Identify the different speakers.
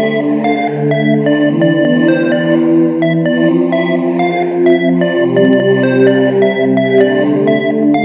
Speaker 1: Thank